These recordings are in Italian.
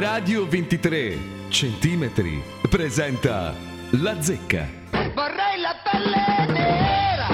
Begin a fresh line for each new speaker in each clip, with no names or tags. Radio 23 centimetri presenta La zecca.
Vorrei la pelle nera.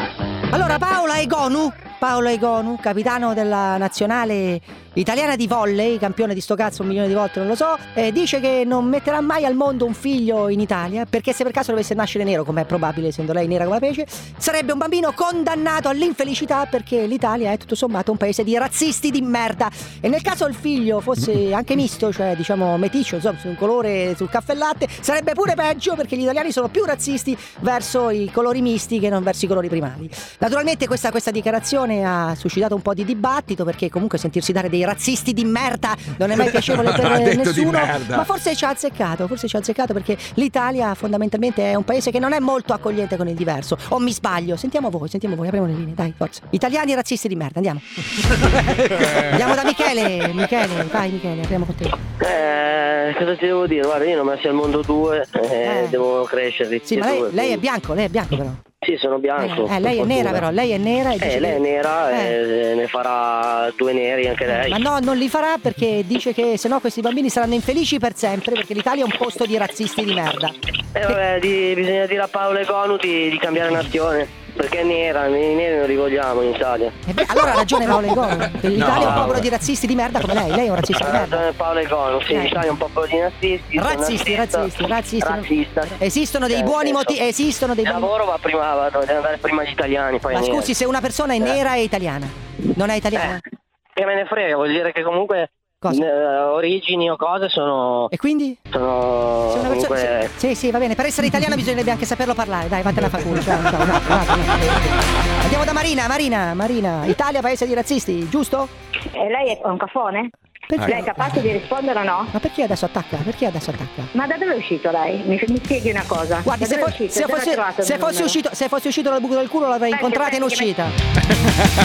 Allora Paola Egonu, Paola Egonu, capitano della nazionale italiana di volley, campione di sto cazzo un milione di volte, non lo so, eh, dice che non metterà mai al mondo un figlio in Italia, perché se per caso dovesse nascere nero, come è probabile essendo lei nera come la pece, sarebbe un bambino condannato all'infelicità perché l'Italia è tutto sommato un paese di razzisti di merda. E nel caso il figlio fosse anche misto, cioè diciamo meticcio, insomma, su un colore sul caffè e latte, sarebbe pure peggio perché gli italiani sono più razzisti verso i colori misti che non verso i colori primari. Naturalmente questa, questa dichiarazione ha suscitato un po' di dibattito perché comunque sentirsi dare dei razzisti di merda non è mai piacevole
Ha
per
detto di
nessuno.
merda.
Ma forse ci ha azzeccato, forse ci ha azzeccato perché l'Italia fondamentalmente è un paese che non è molto accogliente con il diverso. O mi sbaglio? Sentiamo voi, sentiamo voi, apriamo le linee, dai, forza. Italiani razzisti di merda, andiamo.
Eh.
andiamo da Michele, Michele, vai Michele, apriamo con te.
Eh, cosa ti devo dire? Guarda, io ne ho messi al mondo due, eh,
Eh.
devo crescere.
Sì,
tutti
ma
e
lei,
due,
lei è
quindi-
bianco, lei è bianco però.
Sì, sono bianco.
Eh, eh, lei è
per
nera
fortuna.
però, lei è nera e dice
Eh, lei è
che-
nera
Eh.
e ne farà due neri anche lei. Eh,
Ma no, non li farà perché dice che sennò questi bambini saranno infelici per sempre perché l'Italia è un posto di razzisti di merda.
Eh, vabbè, di- bisogna dire a Paolo e Gonu di, di cambiare nazione, perché è nera, i neri non li vogliamo in Italia.
E Eh beh, allora ha ragione Paolo Egonu. L'Italia è un
No.
popolo di razzisti di merda come lei, lei è un razzista
Ha
di merda.
ragione Eh, Paolo e Gonu, sì,
Eh.
l'Italia è un popolo di nazisti. sono
Razzisti,
nazista,
razzisti, razzisti.
Razzista.
Esistono dei
Eh,
buoni
penso.
motivi. Esistono dei
Il
buoni.
lavoro va prima, va- deve andare prima gli italiani, poi
Ma
ai neri.
scusi, se una persona è
Eh.
nera è italiana, non è italiana?
Eh, che me ne frega, vuol dire che comunque
Cosa?
eh, origini o cose sono.
E quindi?
sono
Se una persona.
comunque.
se- Sì, sì, va bene. Per essere italiana bisognerebbe anche saperlo parlare. Dai, vattene a fa culo. Ciao, ciao, un attimo, un attimo. Andiamo da Marina, Marina, Marina. Italia, paese di razzisti, giusto?
E Eh, lei è un cafone?
Perché-
Lei è capace di rispondere o no?
Ma perché adesso attacca? Perché adesso attacca?
Ma da dove è uscito lei? Mi, mi spieghi una cosa.
Guardi,
Da
se,
dove è
fo-
uscito?
se
Dove ha
fosse,
trovato il
se
mio
fosse
numero?
uscito, se fosse uscito dal buco del culo l'avrei
Aspetta,
incontrata in
aspetta,
uscita.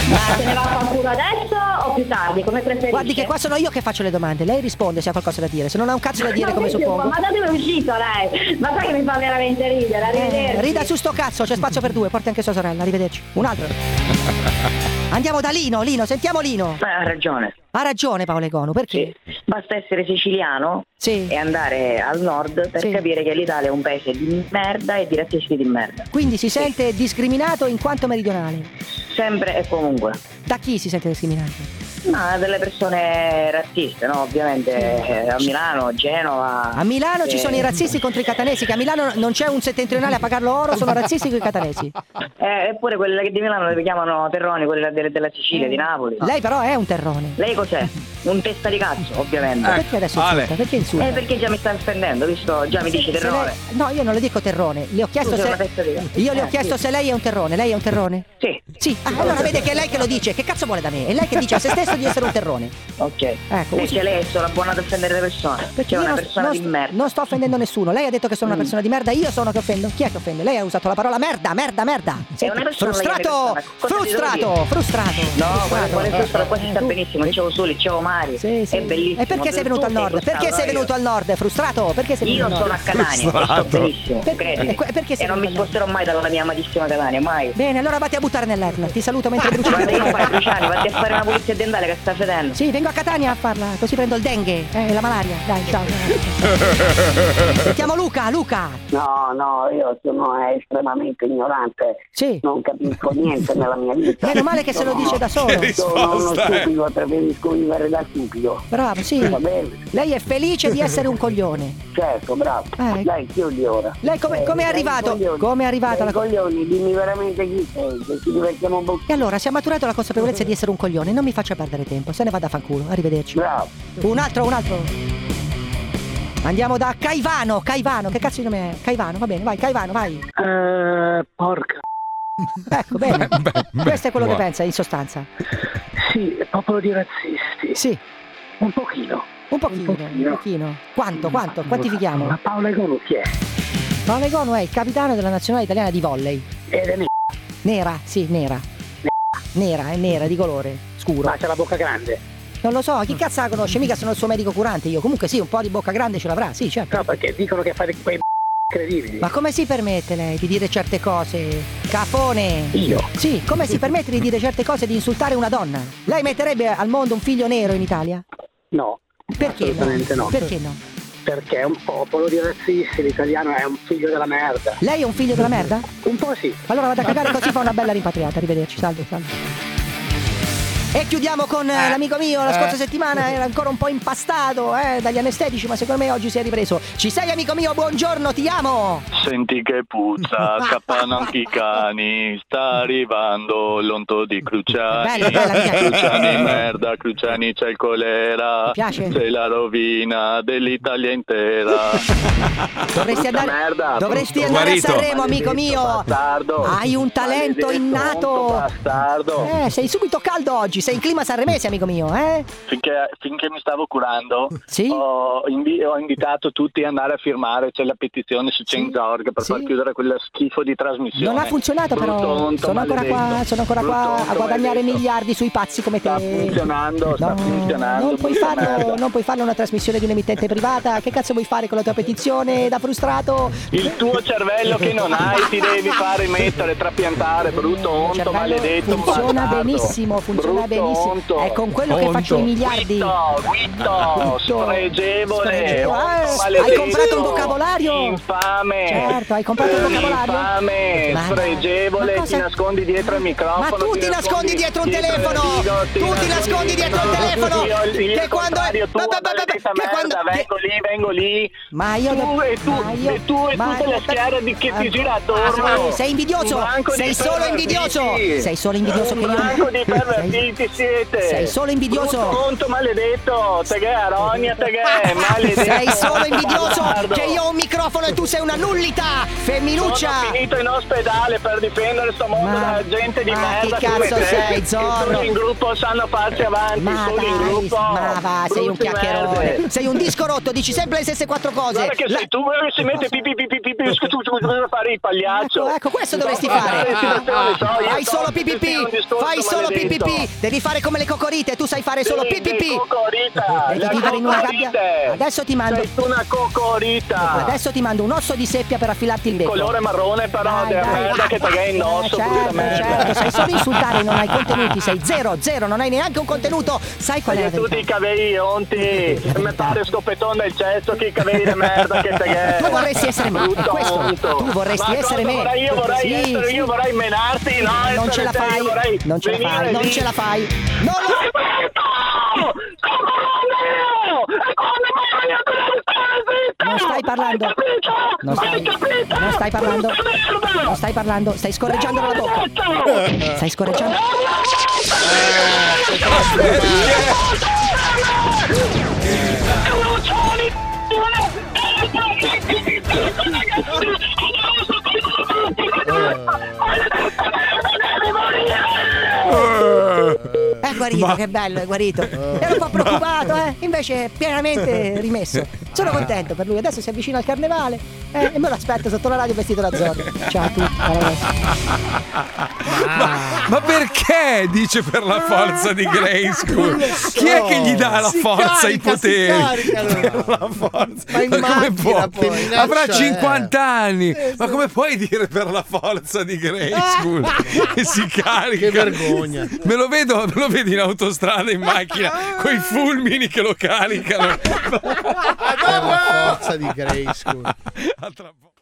Ma se ne va a qualcuno adesso o più tardi? Come preferisce?
Guardi che qua sono io che faccio le domande, lei risponde se ha qualcosa da dire, se non ha un cazzo da dire
Ma
come
senti un po',
suppongo. Eh,
Ma da dove è uscito lei? Ma sai che mi fa veramente ridere, arrivederci.
Rida su sto cazzo, c'è spazio per due, porti anche sua sorella, arrivederci. Un altro. Andiamo da Lino, Lino, sentiamo Lino.
Ma ha ragione,
Ha ragione Paolo Egono, perché?
sì. basta essere siciliano
Sì.
e andare al nord per
Sì.
capire che l'Italia è un paese di merda e di razzisti di merda.
Quindi si sente discriminato in quanto meridionale.
Sempre e comunque.
Da chi si sente discriminato?
Ma delle persone razziste, no? Ovviamente eh, a Milano, Genova.
A Milano ci
eh,
sono i razzisti contro i catanesi, che a Milano non c'è un settentrionale a pagarlo oro, sono razzisti con i catanesi.
eh, eppure quella che di Milano le chiamano Terroni, quella delle- della Sicilia, di Napoli.
Eh. Lei però è un terrone.
Lei cos'è? Un testa di cazzo,
Ma
Ecco,
ovviamente.
Perché adesso insulta? Perché insulta?
Eh, perché già mi sta offendendo, visto? Già mi dici
Se
terrone.
lei- No, io non le dico terrone, le ho chiesto
Tu sei una testa di
se.
cazzo.
Io le ho
Eh,
chiesto
sì.
se lei è un terrone, lei è un terrone?
Sì,
Sì, ah, allora vede che è lei che lo dice, che cazzo vuole da me? È lei che dice a se stesso di essere un terrone.
ok.
Ecco,
Lei
usi-
ce l'hai, sono buona ad offendere le persone. Perché è
io
una
non-
persona
non,
di merda. Mm.
non sto offendendo nessuno. Lei ha detto che sono una persona di merda, io sono che offendo. Chi è che offende? Lei ha usato la parola merda, merda, merda. Senti,
una persona,
frustrato,
lei è una persona. Cosa ti devo
frustrato, frustrato.
No, guarda,
frustrato.
guarda, questo qua si sta
Tu-
benissimo, ciao Sole, ciao Mari,
Sì, sì.
è bellissimo.
E perché sei venuto al nord? Perché sei venuto al nord? Frustrato? Perché sei venuto
Io
al nord?
sono a Catania, lo so benissimo,
Perché-
credimi.
e que- perché sei
e
venuto
non mi
al nord?
sposterò mai dalla mia amatissima Catania, mai.
Bene, allora vatti a buttare nell'Etna. Ti saluto mentre bruci.
Guarda, io fai Bruciani, vatti a fare una pulizia dentale che sta fedendo.
Sì, vengo a Catania a farla, così prendo il dengue eh, e la malaria. Dai, ciao. Sentiamo Luca, Luca.
No, no, io sono estremamente ignorante,
Sì.
non capisco niente nella mia vita.
Meno male che se lo
Sono-
dice da solo.
Sono uno
Risposta, eh.
stupido, preferisco vivere da stupido.
Bravo, sì.
Va bene,
Lei è felice di essere un coglione.
certo, bravo.
Eh.
Dai, chiudi ora.
Lei come,
Eh,
come è
dai,
arrivato?
coglioni.
Come è arrivata
Dai,
la cosa?
coglioni, dimmi veramente chi sei, che ci divertiamo un po'.
E allora, si è maturato la consapevolezza di essere un coglione. Non mi faccia perdere tempo. Se ne vada a fanculo. Arrivederci.
Bravo.
Un altro, un altro. Andiamo da Caivano, Caivano, che cazzo di nome è? Caivano, va bene, vai, Caivano, vai.
Eh, porca.
Ecco, bene.
beh,
Questo è quello che
buono.
pensa, in sostanza.
Sì, è popolo di razzisti.
Sì,
Un pochino.
un pochino, un pochino. Quanto, quanto? Quantifichiamo?
Paolo Egonu chi è?
Paolo Egono è il capitano della nazionale italiana di volley.
Eh,
Ed è nero.
Nera, sì, nera. Nera, è nera, di colore, scuro.
Ma c'ha la bocca grande.
Non lo so, chi cazzo la conosce? Mica sono il suo medico curante io. Comunque sì, un po' di bocca grande ce l'avrà, sì, certo.
No, perché dicono che fa dei- quei incredibili.
Ma come si permette lei di dire certe cose? Capone!
Io?
Sì, come si permette di dire certe cose e di insultare una donna? Lei metterebbe al mondo un figlio nero in Italia?
No.
Perché
Assolutamente no.
Perché no?
Perché è un popolo di razzisti, l'italiano è un figlio della merda.
Lei è un figlio della merda?
Un po' sì.
Allora vado a cagare così fa una bella rimpatriata. Arrivederci, salve, salve. E chiudiamo con eh, l'amico mio, la scorsa settimana era ancora un po' impastato eh, dagli anestetici, ma secondo me oggi si è ripreso. Ci sei amico mio, buongiorno, ti amo!
Senti che puzza, capanno anticani, sta arrivando l'onto di Cruciani.
Bella, bella, via.
Cruciani merda, Cruciani c'è il colera.
Mi piace.
Sei la rovina dell'Italia intera.
Dovresti
Brutta
andare,
merda,
dovresti
brutto
andare a
guarito.
Sanremo, amico
Maledetto
mio!
bastardo.
Hai un talento
Maledetto
innato.
onto bastardo.
Eh, sei subito caldo oggi, sei in clima sanremese, amico mio, eh?
Finché, finché mi stavo curando,
Sì.
ho, invi- ho invitato tutti ad andare a firmare, c'è la petizione su Change.org per
sì.
far chiudere quello schifo di trasmissione.
Non ha funzionato
Brutto
però,
onto
sono ancora qua,
maledetto.
sono ancora
Brutto
qua a
onto
guadagnare
maledetto.
miliardi sui pazzi come te.
Sta funzionando, sta funzionando,
Non puoi,
brutta
farlo,
merda.
non puoi farlo una trasmissione di un'emittente privata. Che cazzo vuoi fare con la tua petizione da frustrato?
Il tuo cervello che non hai ti devi fare mettere, trapiantare, brutto
Il
onto,
cervello
maledetto.
Funziona
bastardo.
benissimo, funziona benissimo.
Brutto Onto.
È con quello che
Onto.
faccio i miliardi.
Guitto, guitto, spregevole,
Ah, Spregevole.
onto,
Eh, hai
maledetto,
comprato un vocabolario?
Infame.
Certo, hai comprato un vocabolario?
Infame,
Ma-
spregevole,
ma cosa-
ti nascondi dietro il microfono.
Ma tu ti nascondi dietro un
il
telefono!
frigo,
Tu ti nascondi dietro un telefono!
Io, il- il
Che quando è.
contrario tuo,
Ba- ba- ba- ba-
maledetta
Che quando.
merda,
che-
Vengo lì, vengo lì.
Ma io
Tu e tu,
ma io-
e tu e
ma-
tutte le schiere di chi ti gira attorno.
Ah, sei invidioso,
Un branco di
sei solo
pervertiti.
invidioso, sei solo invidioso
Un
che io-
branco di
Sei-
pervertiti siete.
sei solo invidioso.
Brutto conto maledetto, te che aronia, te che maledetto.
Sei solo invidioso
bastardo.
che io ho un microfono e tu sei una nullità, femminuccia!
Sono finito in ospedale per difendere sto mondo
Ma-
dalla gente di
ma
merda
che
come
cazzo
te,
sei,
che
Zorro?
solo in gruppo sanno farsi avanti
Ma
solo in
dai,
gruppo
ma va, sei un
Brutti merde.
chiacchierone, sei un disco rotto, dici sempre le stesse quattro cose.
Guarda che
La-
sei tu che si mette pipi pipi pipi pipi scu- scu- scu- scu- fare il pagliaccio.
Ecco, ecco, questo
No,
dovresti
ma
fare.
dai, sì, lo so, lo so, io
Fai
so,
solo
sì, sì, è un
PPP,
discorso
fai solo
maledetto.
PPP, devi fare come le cocorite, tu sai fare solo
Sì, sei
PPP.
Cocorita,
Devi
la
vivere in una gabbia.
cocorite.
Adesso ti mando
Sei tu una cocorita.
Adesso ti mando un osso di seppia per affilarti il becco.
Colore marrone però,
Dai,
della
dai.
merda che te che hai
Eh,
indosso, brutta
certo, certo,
merda.
sai solo insultare, non hai contenuti, sei zero, zero, non hai neanche un contenuto. Sai qual è la
Sei tu
verità?
ti cavei onti, mi pare scopettone del cesso che cavei di merda che te che
Tu vorresti essere me,
Brutto
questo,
onto.
tu vorresti
Ma
essere
cosa
me.
vorrei? Io vorrei
Sì,
essere,
sì.
io vorrei menarti, no?
Non
essere
ce la
te, io
fai,
vorrei
non ce la
venire
fai, non
lì.
ce la fai. Non
Roberto! Come
lo- Non stai parlando. Non stai, non stai parlando. Non stai parlando. Stai scorreggiando con la bocca. Stai scorreggiando. È Eh, guarito, che bello, è guarito. Era un po' preoccupato, eh. Invece è pienamente rimesso. Sono contento per lui. Adesso si avvicina al carnevale eh, e me lo aspetto sotto la radio vestito da Zorro. Ciao a tutti. alla prossima.
Ma, ma perché dice per la forza di Grayskull? Chi è che gli dà la
Si
forza, i
carica, si
poteri?
carica, allora.
Per la forza.
Ma in
come
macchina
può?
poi, lascia,
Avrà
eh.
50 anni. Ma come puoi dire per la forza di Grayskull? che si carica.
Che vergogna.
Me lo vedo, me lo vedo in autostrada in macchina con i fulmini che lo caricano.
Per la forza di Grayskull.
A tra poco.